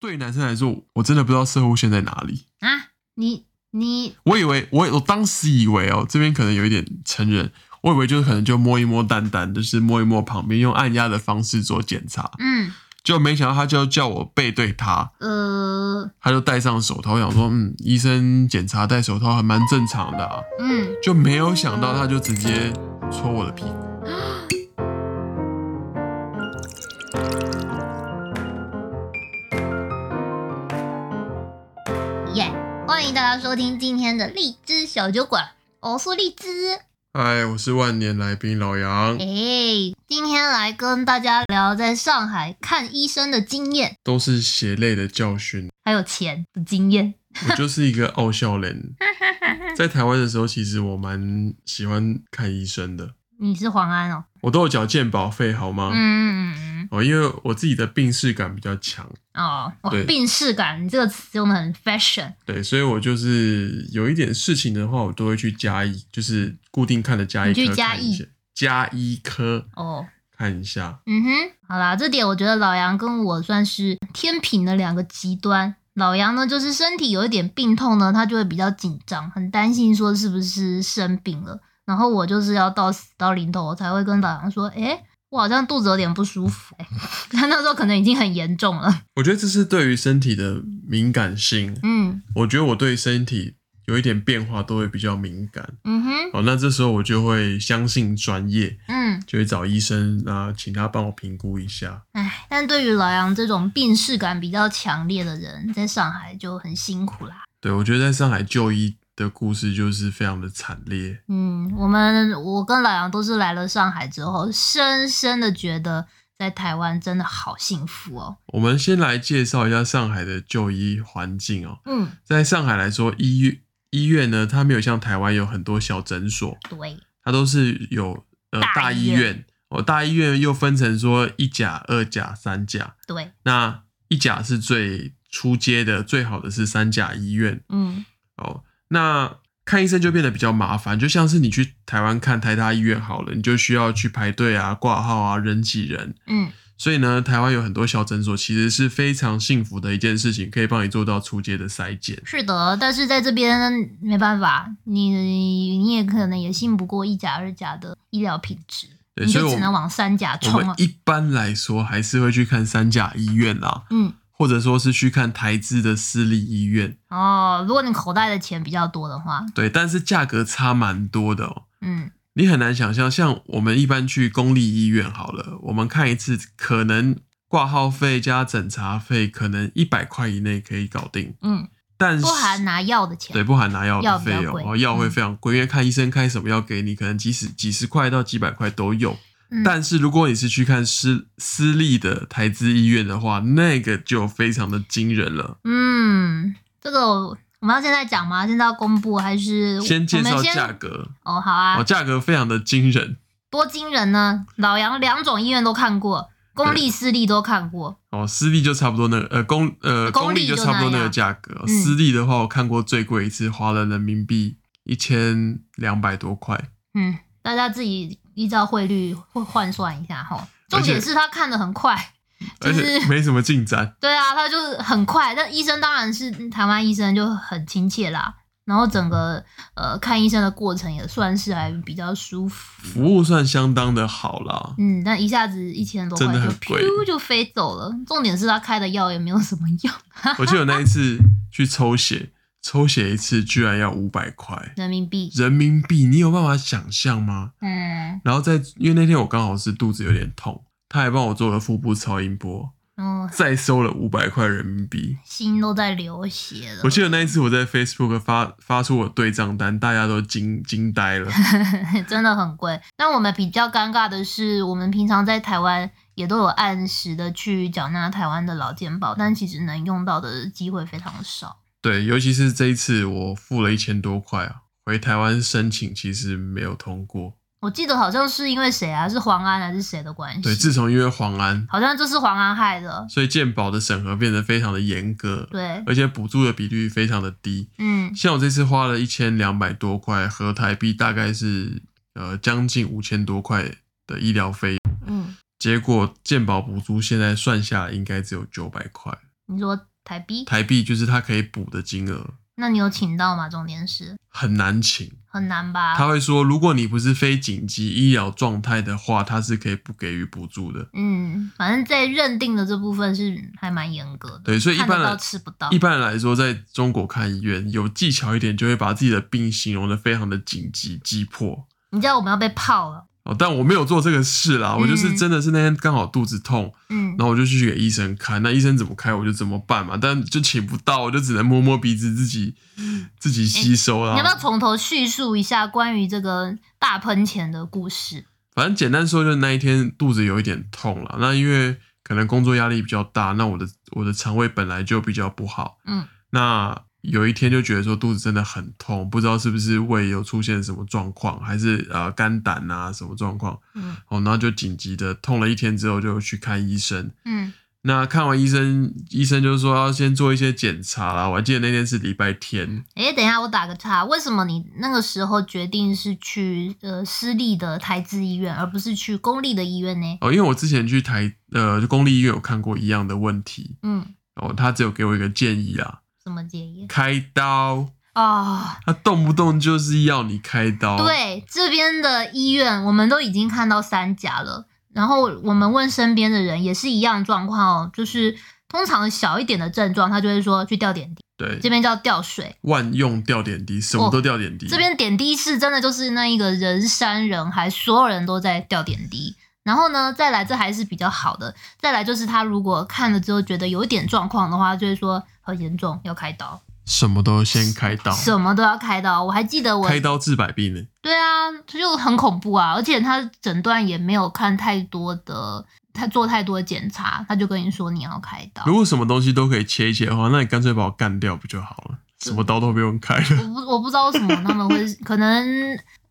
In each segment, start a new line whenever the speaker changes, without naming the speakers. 对于男生来说，我真的不知道射护线在哪里。
啊，你你
我以为我我当时以为哦，这边可能有一点成人，我以为就是可能就摸一摸蛋蛋，就是摸一摸旁边，用按压的方式做检查。
嗯
就没想到他就叫我背对他，
呃
他就戴上手套，我想说嗯，医生检查戴手套还蛮正常的、啊，
嗯，
就没有想到他就直接戳我的屁股。
耶、欢迎大家收听今天的荔枝小酒馆，我是荔枝。
嗨，我是万年来宾老杨
哎、，今天来跟大家聊在上海看医生的经验，
都是血泪的教训。
还有钱的经验。
我就是一个傲笑 人，在台湾的时候，其实我蛮喜欢看医生的，
你是黄安哦？
我都有缴健保费，好吗？
嗯嗯
哦，因为我自己的病视感比较强，
嗯，哦，哇
对
病逝感，你这个词用的很 fashion。
对，所以我就是有一点事情的话，我都会去加医，就是固定看的加医
你去
科
加
看一
医
下，加医科
哦，
看一下。
嗯哼，好啦，这点我觉得老杨跟我算是天平的两个极端。老杨呢，就是身体有一点病痛呢，他就会比较紧张，很担心说是不是生病了。然后我就是要到死到临头，我才会跟老杨说，诶、我好像肚子有点不舒服、欸。 他那时候可能已经很严重了。
我觉得这是对于身体的敏感性，
嗯
我觉得我对身体有一点变化都会比较敏感。
嗯哼，
哦，那这时候我就会相信专业，
嗯，
就会找医生啊，请他帮我评估一下。
唉，但对于老杨这种病逝感比较强烈的人，在上海就很辛苦啦。
对我觉得在上海就医的故事就是非常的惨烈。
嗯，我们我跟老杨都是来了上海之后，深深的觉得在台湾真的好幸福哦。
我们先来介绍一下上海的就医环境哦。
嗯，
在上海来说，医院医院呢，它没有像台湾有很多小诊所，
对，
它都是有呃
大
大
医
医
院
院哦，大医院又分成说一甲、二甲、三甲。
对，
那一甲是最出街的，最好的是三甲医院
嗯
哦。那看医生就变得比较麻烦，就像是你去台湾看台大医院好了，你就需要去排队啊、挂号啊、人挤人。
嗯，
所以呢，台湾有很多小诊所，其实是非常幸福的一件事情，可以帮你做到出街的筛检。
是的。但是在这边没办法，你你也可能也信不过一甲二甲的医疗品质，
对
你
所以
就
我
只能往三甲
我
冲啊
们
了。
一般来说还是会去看三甲医院啦，
嗯，
或者说是去看台资的私立医院，
哦，如果你口袋的钱比较多的话，
对，但是价格差蛮多的哦。
嗯
你很难想象，像我们一般去公立医院好了，我们看一次可能挂号费加诊查费，可能一百块以内可以搞定，
嗯，
但是
不含拿药的钱。
对，不含拿药
药
的
比
费
较
用，
贵
哦，药会
嗯
非常贵，因为看医生开什么药给你，可能几十几十块到几百块都有。
嗯
但是如果你是去看私私立的台资医院的话，那个就非常的惊人了。
嗯，这个我我们要现在讲吗？现在要公布还是
先介
我
绍
们
价格，
哦，好啊，
哦，价格非常的惊人
多惊人呢！老杨两种医院都看过，公立、私立都看过。
哦，私立就差不多那个呃公呃
公立
立就
就
差不多那
那
个
样
价格，哦
嗯
私立的话我看过最贵一次花了人民币一千两百多块，
嗯，大家自己依照汇率会换算一下哈。
而且
重点是他看的很快，就
而且
是
没什么进展。
对啊，他就是很快。但医生当然是嗯台湾医生就很亲切啦。然后整个呃看医生的过程也算是还比较舒服。
服务算相当的好 啦，
嗯，但一下子一千多块
真的
就
很贵
噗就飞走了。重点是他开的药也没有什么用，
我记得我那一次去抽血，抽血一次居然要五百块
人民币。
人民币，你有办法想象吗？
嗯，
然后在因为那天我刚好是肚子有点痛，他还帮我做了腹部超音波，
然后
再收了五百块人民币。
心都在流血了。
我记得那一次我在 Facebook 发发出我对账单，大家都惊惊呆 了。
真的很贵。但我们比较尴尬的是，我们平常在台湾也都有按时的去缴纳台湾的老健保，但其实能用到的机会非常少。
对，尤其是这一次我付了一千多块啊，回台湾申请其实没有通过。
我记得好像是因为谁啊？是黄安还是谁的关
对，
系？
自从因为黄安，
好像就是黄安害的。
所以健保的审核变得非常的严格，
对，
而且补助的比率非常的低。
嗯
像我这次花了一千两百多块，合台币大概是呃将近五千多块的医疗费，
嗯，
结果健保补助现在算下来应该只有九百块。
你说台币。
台币就是他可以补的金额，
那你有请到吗？重点是
很难请。
很难吧？
他会说，如果你不是非紧急医疗状态的话，他是可以不给予补助的。
嗯，反正在认定的这部分是还蛮严格的。
对所以一般
看得
来
到吃不到
一。般来说，在中国看医院，有技巧一点就会把自己的病形容的非常的紧急、急迫
你知道我们要被泡了。
哦。但我没有做这个事啦，我就是
嗯
真的是那天刚好肚子痛，
嗯
然，后我就去给医生看，那医生怎么开我就怎么办嘛，但就请不到，我就只能摸摸鼻子自己自己吸收啦。
欸你要不要从头叙述一下关于这个大喷钱的故事？
反正简单说，就是那一天肚子有一点痛了。那因为可能工作压力比较大，那我的我的肠胃本来就比较不好。
嗯，
那有一天就觉得说肚子真的很痛，不知道是不是胃有出现什么状况，还是呃肝胆啊什么状况。
嗯
哦，然后就紧急的痛了一天之后就去看医生。
嗯
那看完医生，医生就说要先做一些检查啦。我还记得那天是礼拜天，
诶，等一下，我打个岔，为什么你那个时候决定是去呃私立的台资医院，而不是去公立的医院呢？
哦，因为我之前去台呃就公立医院有看过一样的问题，
嗯，
哦，他只有给我一个建议啊，
什么建议
开刀，
啊？
他动不动就是要你开刀。，
对，这边的医院我们都已经看到三甲了，然后我们问身边的人也是一样状况哦，就是通常小一点的症状，他就会说去吊点滴，这
对，
边叫吊水，
万用吊点滴，什么都吊点滴。
这边点滴是真的就是那一个人山人海，所有人都在吊点滴。然后呢，再来这还是比较好的，再来就是他如果看了之后觉得有一点状况的话，就会说很严重，要开刀，
什么都先开刀，
什么都要开刀。我还记得我
哦开刀治百病呢。
对啊，这就很恐怖啊！而且他诊断也没有看太多的，他做太多的检查，他就跟你说你要开刀。
如果什么东西都可以切一切的话，那你干脆把我干掉不就好了？什么刀都不用开了。
我不我不知道为什么他们 会可能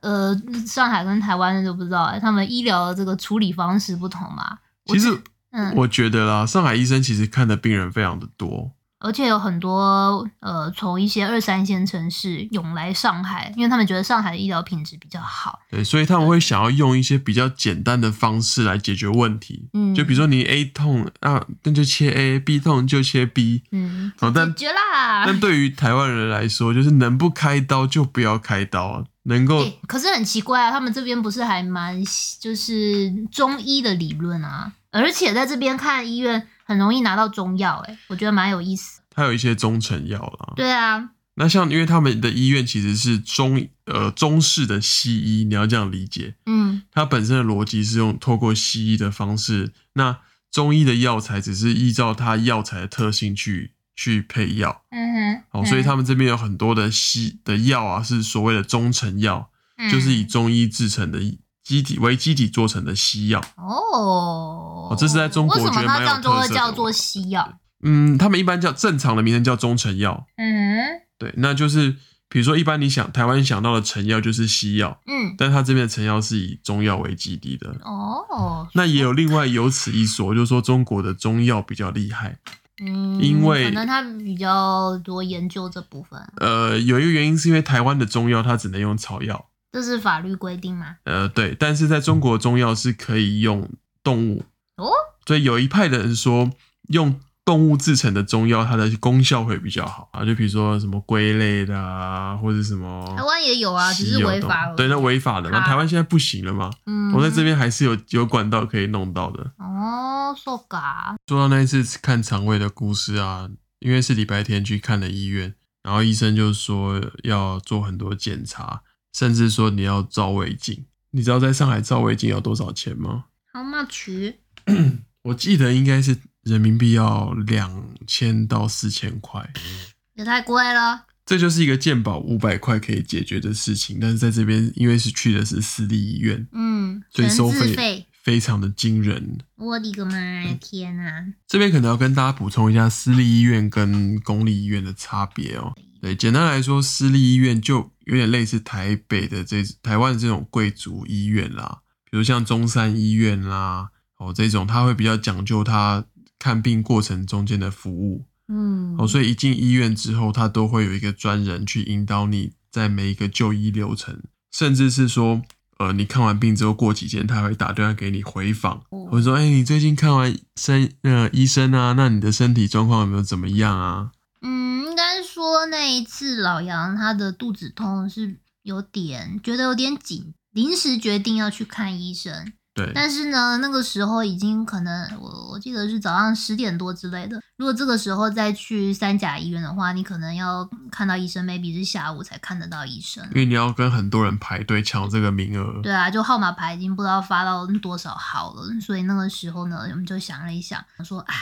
呃，上海跟台湾的就不知道、欸，他们医疗的这个处理方式不同吧？
其实
嗯，
我觉得啦，上海医生其实看的病人非常的多，
而且有很多呃，从一些二三线城市涌来上海，因为他们觉得上海的医疗品质比较好。
对，所以他们会想要用一些比较简单的方式来解决问题。
嗯，
就比如说你 A 痛啊，那就切 A；B 痛就切 B。
嗯，
哦但
解决啦。
但对于台湾人来说，就是能不开刀就不要开刀啊，能够、
欸可是很奇怪啊，他们这边不是还蛮就是中医的理论啊，而且在这边看医院很容易拿到中药，哎，我觉得蛮有意思。
它有一些中成药啦。
对啊，
那像因为他们的医院其实是中呃中式的西医，你要这样理解，
嗯
它本身的逻辑是用透过西医的方式，那中医的药材只是依照它药材的特性去去配药。
嗯
哦，所以他们这边有很多的西的药啊，是所谓的中成药，
嗯
就是以中医制成的基体为基体做成的西药。
哦
哦这是在中国
为什
我
么
觉得蛮
它
有
这样就
特
会
色的
叫做西药？
嗯，他们一般叫正常的名称叫中成药。
嗯
对，那就是比如说一般你想台湾想到的成药就是西药，
嗯
但它这边的成药是以中药为基底的。
哦，
那也有另外有此一说，就是说中国的中药比较厉害。
嗯，
因为
可能他比较多研究这部分，
呃，有一个原因是因为台湾的中药它只能用草药，
这是法律规定吗？
呃，对，但是在中国中药是可以用动物
哦，
所以有一派的人说，用动物制成的中药，它的功效会比较好啊，就比如说什么龟类的啊，或者什么
台湾也有啊，只
稀
是
有
违
动
法
物
而已。
对，那违法的，那
啊
台湾现在不行了嘛，
嗯
我在这边还是有有管道可以弄到的。
哦，so ga。
说到那一次看肠胃的故事啊，因为是礼拜天去看的医院，然后医生就说要做很多检查，甚至说你要照胃镜。你知道在上海照胃镜要多少钱吗？
How much？
我记得应该是人民币要两千到四千块，
也太贵了。
这就是一个健保五百块可以解决的事情。但是在这边，因为是去的是私立医院，
嗯，
所以
全
收
自
费
费。
非常的惊人。
我的个妈呀！天啊！
这边可能要跟大家补充一下私立医院跟公立医院的差别哦。对，简单来说，私立医院就有点类似台北的这台湾的这种贵族医院啦，比如像中山医院啦，哦这种，它会比较讲究它看病过程中间的服务。
嗯，
哦，所以一进医院之后，他都会有一个专人去引导你在每一个就医流程，甚至是说呃，你看完病之后过几天，他会打电话给你回访，
哦
或者说，哎、你最近看完身呃医生啊，那你的身体状况有没有怎么样啊？
嗯，应该说那一次老杨他的肚子痛是有点觉得有点紧，临时决定要去看医生。
对，
但是呢，那个时候已经可能我我记得是早上十点多之类的。如果这个时候再去三甲医院的话，你可能要看到医生，maybe 是下午才看得到医生。
因为你要跟很多人排队抢这个名额。
对啊，就号码牌已经不知道发到多少号了，所以那个时候呢，我们就想了一想，说哎，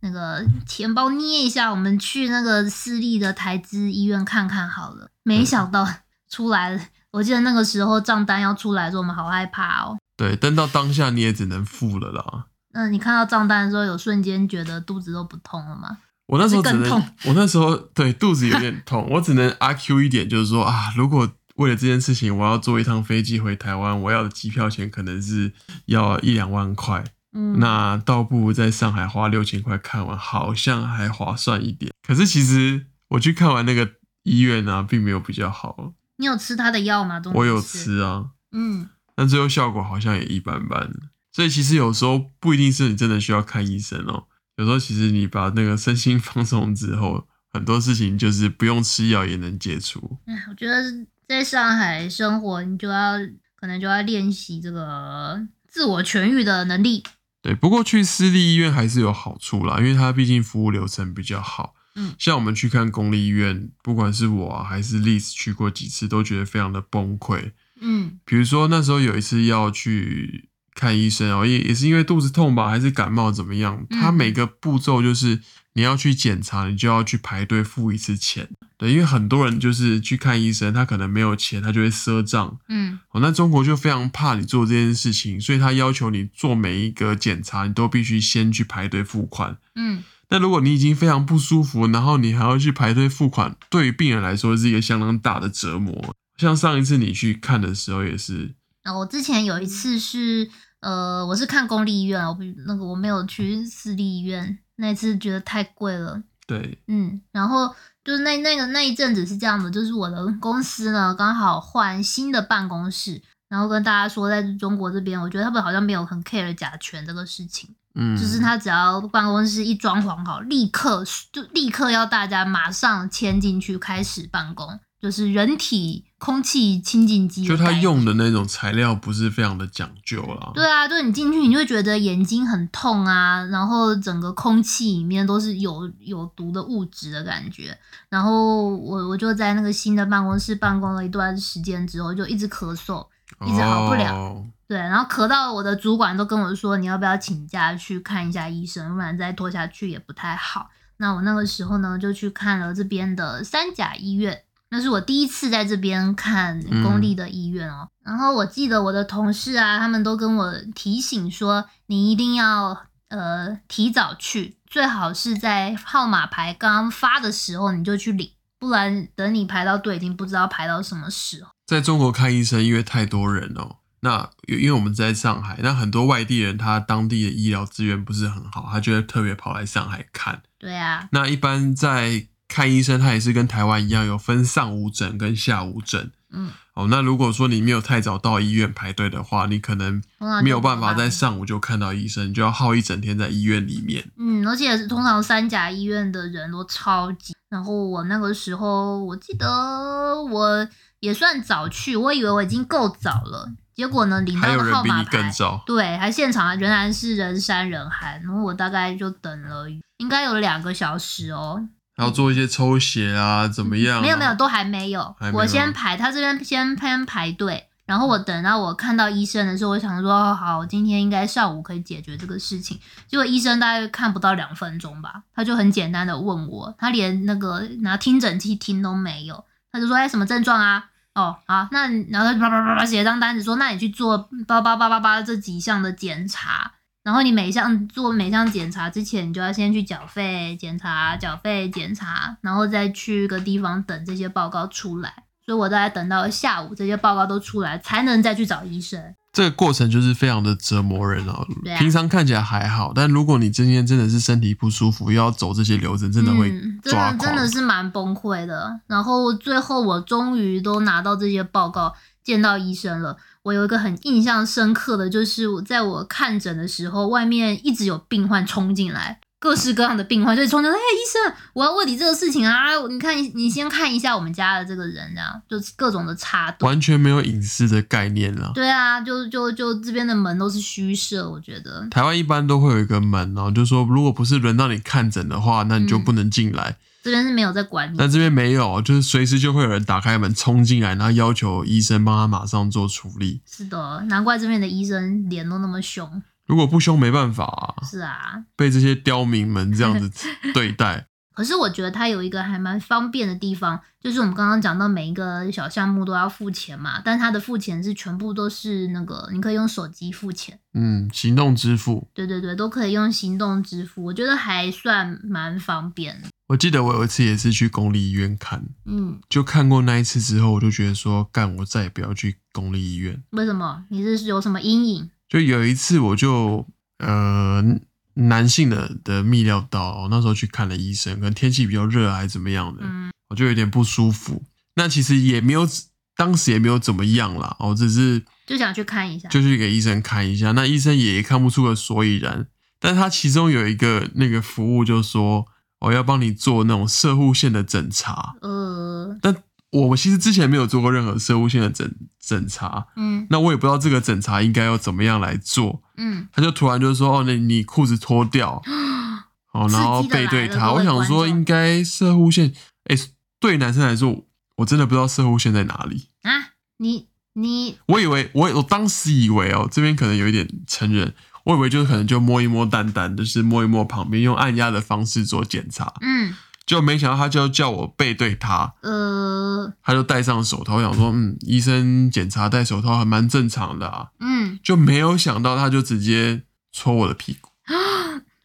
那个钱包捏一下，我们去那个私立的台资医院看看好了。没想到出来了，我记得那个时候账单要出来的时候，我们好害怕哦。
对，但到当下你也只能付了啦。
那你看到账单的时候，有瞬间觉得肚子都不痛了吗？
我那时候只
是
能
更痛，
我那时候对肚子有点 痛，我只能阿 Q 一点，就是说啊，如果为了这件事情，我要坐一趟飞机回台湾，我要的机票钱可能是要一两万块，
嗯，
那倒不如在上海花六千块看完，好像还划算一点。可是其实我去看完那个医院啊，并没有比较好，
你有吃他的药吗？中间
我有
是，
吃啊，
嗯，
但最后效果好像也一般般。所以其实有时候不一定是你真的需要看医生哦，有时候其实你把那个身心放松之后，很多事情就是不用吃药也能解除。
哎，我觉得在上海生活，你就要可能就要练习这个自我痊愈的能力。
对，不过去私立医院还是有好处啦，因为它毕竟服务流程比较好。
嗯
像我们去看公立医院，不管是我、啊、还是 Liz 去过几次，都觉得非常的崩溃。
嗯
比如说那时候有一次要去看医生哦，也也是因为肚子痛吧，还是感冒怎么样？
嗯
他每个步骤就是你要去检查，你就要去排队付一次钱。对，因为很多人就是去看医生，他可能没有钱，他就会赊账。
嗯
哦，那中国就非常怕你做这件事情，所以他要求你做每一个检查，你都必须先去排队付款。
嗯，
那如果你已经非常不舒服，然后你还要去排队付款，对于病人来说是一个相当大的折磨。像上一次你去看的时候也是，
那、我之前有一次是，呃，我是看公立医院，我不那个我没有去私立医院，那一次觉得太贵了，
对
嗯，然后就是那那个那一阵子是这样的，就是我的公司呢刚好换新的办公室，然后跟大家说，在中国这边，我觉得他们好像没有很 care 甲醛这个事情，
嗯，
就是他只要办公室一装潢好，立刻就立刻要大家马上迁进去开始办公，就是人体空气清净机
就
的概
他
念，
用的那种材料不是非常的讲究啦。
对啊，就你进去，你就会觉得眼睛很痛啊，然后整个空气里面都是有有毒的物质的感觉。然后我我就在那个新的办公室办公了一段时间之后，就一直咳嗽，
哦，
一直好不了对，然后咳到我的主管都跟我说，你要不要请假去看一下医生，不然再拖下去也不太好。那我那个时候呢，就去看了这边的三甲医院，那是我第一次在这边看
嗯
公立的医院哦。然后我记得我的同事啊，他们都跟我提醒说，你一定要呃提早去，最好是在号码牌刚发的时候你就去领，不然等你排到队已经不知道排到什么时候。
在中国看医生，因为太多人哦。那因因为我们在上海，那很多外地人他当地的医疗资源不是很好，他就会特别跑来上海看。
对啊，
那一般在看医生，他也是跟台湾一样有分上午诊跟下午诊。
嗯，
哦，那如果说你没有太早到医院排队的话，你可能
通常就
没有办
没
法
有办法
在上午就看到医生，你就要耗一整天在医院里面。
嗯，而且是通常三甲医院的人都超级。然后我那个时候，我记得我也算早去，我以为我已经够早了，结果呢，领
还
到
有
的
人
号
比
码
你更
牌，
早，
对，还现场仍然是人山人海。然后我大概就等了，应该有两个小时哦。
还要做一些抽血啊，怎么样、啊？
没有没有，都还没有。
还没
我
吗
先排，他这边先先排队，然后我等到我看到医生的时候，我想说，哦好，我今天应该上午可以解决这个事情。结果医生大概看不到两分钟吧，他就很简单的问我，他连那个拿听诊器听都没有，他就说，哎，什么症状啊？哦，好，那然后他就叭叭叭叭写一张单子说，那你去做叭叭叭叭叭这几项的检查。然后你每一项做每项检查之前，你就要先去缴费检查、缴费检查，然后再去一个地方等这些报告出来。所以我大概等到下午这些报告都出来，才能再去找医生。
这个过程就是非常的折磨人啊
对。啊
平常看起来还好，但如果你今天真的是身体不舒服，又要走这些流程，真的会
嗯、真
抓狂。
的真的是蛮崩溃的。然后最后我终于都拿到这些报告，见到医生了。我有一个很印象深刻的就是，我在我看诊的时候，外面一直有病患冲进来，各式各样的病患就冲进来，哎，医生，我要问你这个事情啊，你看你先看一下我们家的这个人啊，就是各种的插队。
完全没有隐私的概念啦。
对啊，就就就这边的门都是虚设，我觉得。
台湾一般都会有一个门哦，就说如果不是轮到你看诊的话，那你就
嗯
不能进来。
这边是没有在管理的
但这边没有，就是随时就会有人打开门冲进来，然后要求医生帮他马上做处理。
是的，难怪这边的医生脸都那么凶。
如果不凶没办法、啊，
是啊，
被这些刁民们这样子对待，
可是我觉得它有一个还蛮方便的地方，就是我们刚刚讲到每一个小项目都要付钱嘛，但它的付钱是全部都是那个，你可以用手机付钱，
嗯，行动支付。
对对对，都可以用行动支付，我觉得还算蛮方便的。
我记得我有一次也是去公立医院看，
嗯，
就看过那一次之后，我就觉得说，干，我再也不要去公立医院。
为什么？你是有什么阴影？
就有一次，我就呃男性的的泌尿道，我那时候去看了医生，可能天气比较热还是怎么样的，
嗯
我就有点不舒服。那其实也没有，当时也没有怎么样啦，我只是
就想去看一下
就去给医生看一下，那医生也看不出个所以然。但他其中有一个那个服务就说，我、要帮你做那种射护线的诊查。
呃，
但我其实之前没有做过任何射护线的诊诊查，
嗯
那我也不知道这个诊查应该要怎么样来做。
嗯，
他就突然就说：“哦，那你裤子脱 掉，哦，然后
刺激的来
背
了
对他。”
各
我
位
想说，
观众
应该射护线，哎、对男生来说，我真的不知道射护线在哪里。
啊，你你
我以为我我当时以为哦，这边可能有一点成人，我以为就是可能就摸一摸蛋蛋，就是摸一摸旁边，用按压的方式做检查，
嗯
就没想到他就叫我背对他，
呃
他就戴上手套，我想说嗯，医生检查戴手套还蛮正常的啊，
嗯，
就没有想到他就直接戳我的屁股，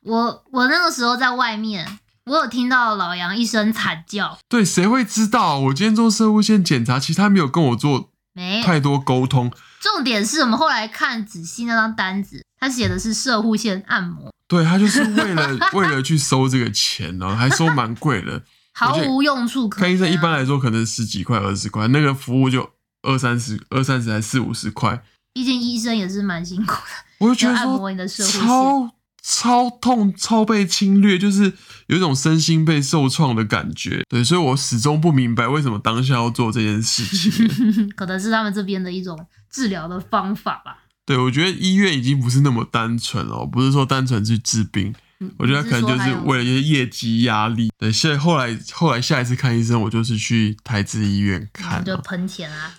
我我那个时候在外面，我有听到老杨一声惨叫。
对，谁会知道我今天做射物线检查，其实他没有跟我做
没
太多沟 通，
重点是我们后来看仔细那张单子，它写的是射护线按摩，
对他就是为了为了去收这个钱哦，还收蛮贵的。
毫
而且
无用处可
看医
言、啊。
生一般来说可能十几块、二十块，那个服务就二三十、二三十还四五十块，
毕竟医生也是蛮辛苦的。
我就觉得
要按摩你
说
的射护线
超超痛、超被侵略，就是有一种身心被受创的感觉。对，所以我始终不明白为什么当下要做这件事情。
可能是他们这边的一种治疗的方法吧。
对，我觉得医院已经不是那么单纯了，不是说单纯去治病，
嗯
我觉得
你
可能
说
就
还
是
有
为了一些业绩压力。对，所以后来后来下一次看医生，我就是去台资医院看哦
嗯就
了，
喷钱啊。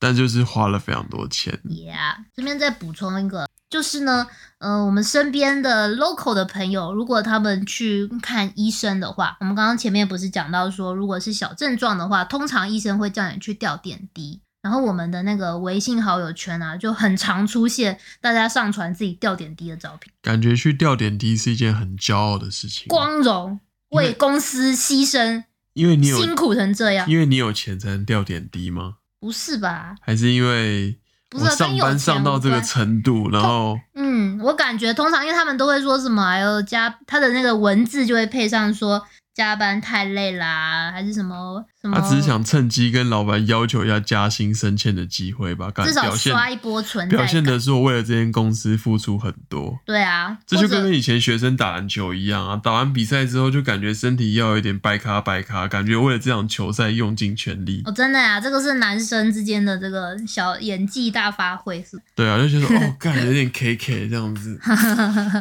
但就是花了非常多钱。
Yeah，这边再补充一个，就是呢，呃，我们身边的 local 的朋友，如果他们去看医生的话，我们刚刚前面不是讲到说，如果是小症状的话，通常医生会叫你去吊点滴。然后我们的那个微信好友圈啊，就很常出现大家上传自己吊点滴的照片，
感觉去吊点滴是一件很骄傲的事情，
光荣为公司牺牲，
因为你有
辛苦成啊这样，
因为你有钱才能吊点滴吗？
不是吧？
还是因为
不是
我
啊
上班上到这个程度，然后
嗯，我感觉通常因为他们都会说什么，还有加他的那个文字就会配上说加班太累啦，还是什么什么，
他只是想趁机跟老板要求一下加薪升迁的机会吧？感
至少
表现
刷一波存在
表现
感。
的是我为了这间公司付出很多，
对啊，
这就跟
或
跟
者
以前学生打篮球一样啊，打完比赛之后就感觉身体要有一点白卡白卡，感觉为了这场球赛用尽全力。
哦，真的呀、这个是男生之间的这个小演技大发挥是吧。
对啊，就觉得说 哦，干有点 K K 这样子，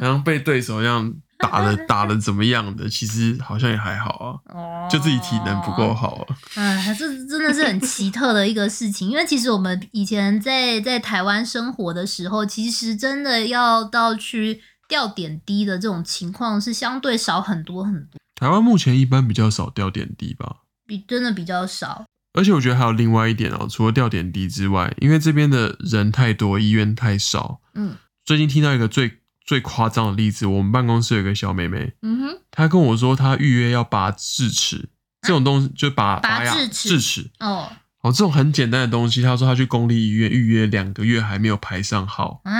然后被对手这样打的 打的怎么样的，其实好像也还好啊，
哦，
就自己体能不够。好啊。
哎，这真的是很奇特的一个事情，因为其实我们以前在在台湾生活的时候，其实真的要到去吊点滴的这种情况是相对少很多很多，
台湾目前一般比较少吊点滴吧，
比真的比较少。
而且我觉得还有另外一点哦，除了吊点滴之外，因为这边的人太多，医院太少。
嗯
最近听到一个最最夸张的例子，我们办公室有一个小妹妹，
嗯哼，
她跟我说她预约要拔智齿，这种东西就拔
拔
牙
智齿
智齿。
哦，
哦，这种很简单的东西，他说他去公立医院预约两个月还没有排上号，
啊，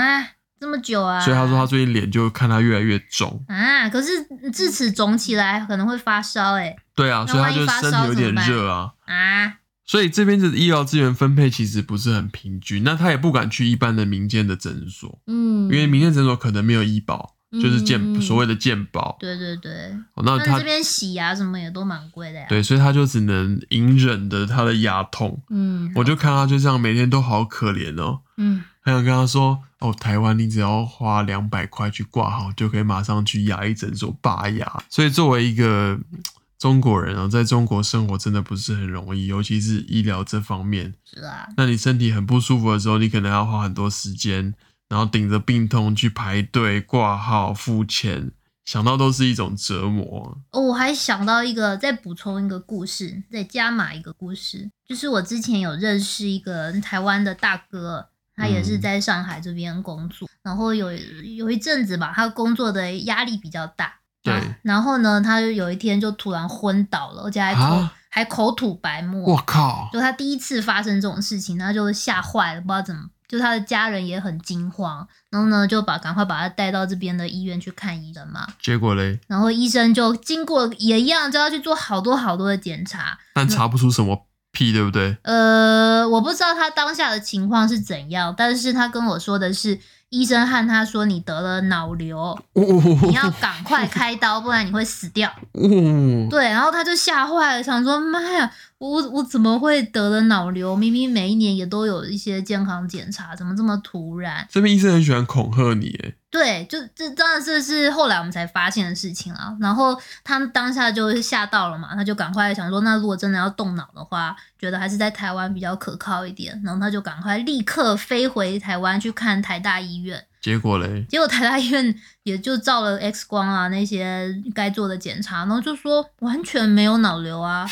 这么久啊！
所以他说他最近脸就看他越来越肿。
啊，可是智齿肿起来可能会发烧哎、
对啊，
那
所以他
万一
就
发
身
烧
体有
怎
点
么办
热啊。
啊，
所以这边的医疗资源分配其实不是很平均，那他也不敢去一般的民间的诊所，
嗯，
因为民间诊所可能没有医保，就是健
嗯
所谓的健保。
对对对，
哦那
那
他
这边洗牙、什么也都蛮贵的呀、，
对，所以他就只能隐忍的他的牙痛。
嗯，
我就看他就这样每天都好可怜哦，
嗯，
很想跟他说：“哦，台湾你只要花两百块去挂号，就可以马上去牙医诊所拔牙。”所以作为一个嗯中国人啊，在中国生活真的不是很容易，尤其是医疗这方面。
是啊，
那你身体很不舒服的时候，你可能要花很多时间，然后顶着病痛去排队挂号付钱，想到都是一种折磨。
哦，我还想到一个，再补充一个故事，再加码一个故事，就是我之前有认识一个台湾的大哥，他也是
嗯
在上海这边工作，然后有有一阵子吧，他工作的压力比较大，
对
啊然后呢，他就有一天就突然昏倒了，而且还口、
啊
还口吐白沫
我，靠！
就他第一次发生这种事情，他就吓坏了，不知道怎么，就他的家人也很惊慌，然后呢就把赶快把他带到这边的医院去看医生嘛，
结果嘞，
然后医生就经过也一样，就要去做好多好多的检查。
但查不出什么屁，对不对？
呃，我不知道他当下的情况是怎样，但是他跟我说的是，医生和他说你得了脑瘤，你要
哦
赶快开刀，不然你会死掉。
哦，
对，然后他就吓坏了，想说妈呀，我我怎么会得了脑瘤？明明每一年也都有一些健康检查，怎么这么突然？
这边医生很喜欢恐吓你，哎，
对，就这当然这是后来我们才发现的事情啊。然后他当下就吓到了嘛，他就赶快想说，那如果真的要动脑的话，觉得还是在台湾比较可靠一点。然后他就赶快立刻飞回台湾去看台大医院。
结果嘞，
结果台大医院也就照了 X 光啊那些该做的检查，然后就说完全没有脑 瘤啊，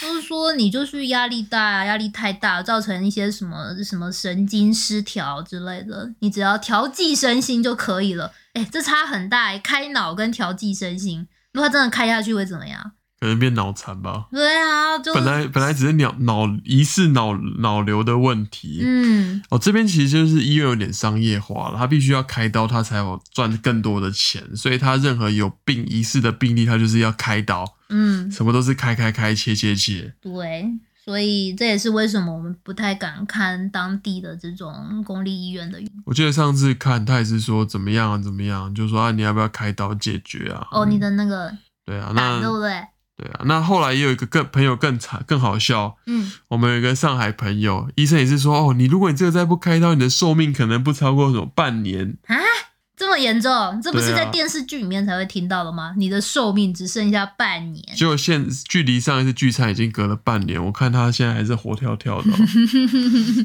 就是说你就是压力大啊，压力太大造成一些什么什么神经失调之类的，你只要调剂身心就可以了。哎，这差很大、欸，开脑跟调剂身心，如果他真的开下去会怎么样？
可能变脑残吧。
对啊，就是
本来本来只是脑脑疑似脑脑瘤的问题，
嗯
哦，这边其实就是医院有点商业化了，他必须要开刀，他才有赚更多的钱，所以他任何有病疑似的病例，他就是要开刀，
嗯，
什么都是开开开切切切。
对。所以这也是为什么我们不太敢看当地的这种公立医院的
我记得上次看他也是说怎么样啊怎么样，就说啊你要不要开刀解决啊？
哦，你的那个
对啊，
打对不
那
对？
对啊，那后来也有一个更朋友更惨更好笑，
嗯，
我们有一个上海朋友，医生也是说哦，你如果你这个再不开刀，你的寿命可能不超过什么半年。
这么严重，这不是
对啊
在电视剧里面才会听到的吗？你的寿命只剩下半年，
结果现距离上一次聚餐已经隔了半年，我看他现在还是活跳跳的 哦、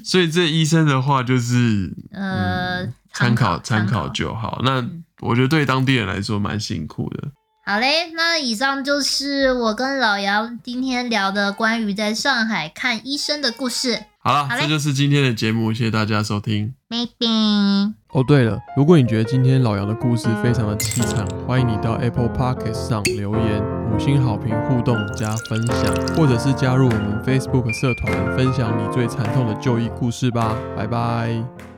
所以这医生的话就是
呃，
参考嗯参
参
考
考。
就好。那
嗯
我觉得对当地人来说蛮辛苦的。
好嘞，那以上就是我跟老杨今天聊的关于在上海看医生的故事。
好了，
好嘞
这就是今天的节目，谢谢大家收听。
Maybe，
哦，对了，如果你觉得今天老杨的故事非常的凄惨，欢迎你到 Apple Podcast 上留言、五星好评、互动加分享，或者是加入我们 Facebook 社团，分享你最惨痛的就医故事吧。拜拜。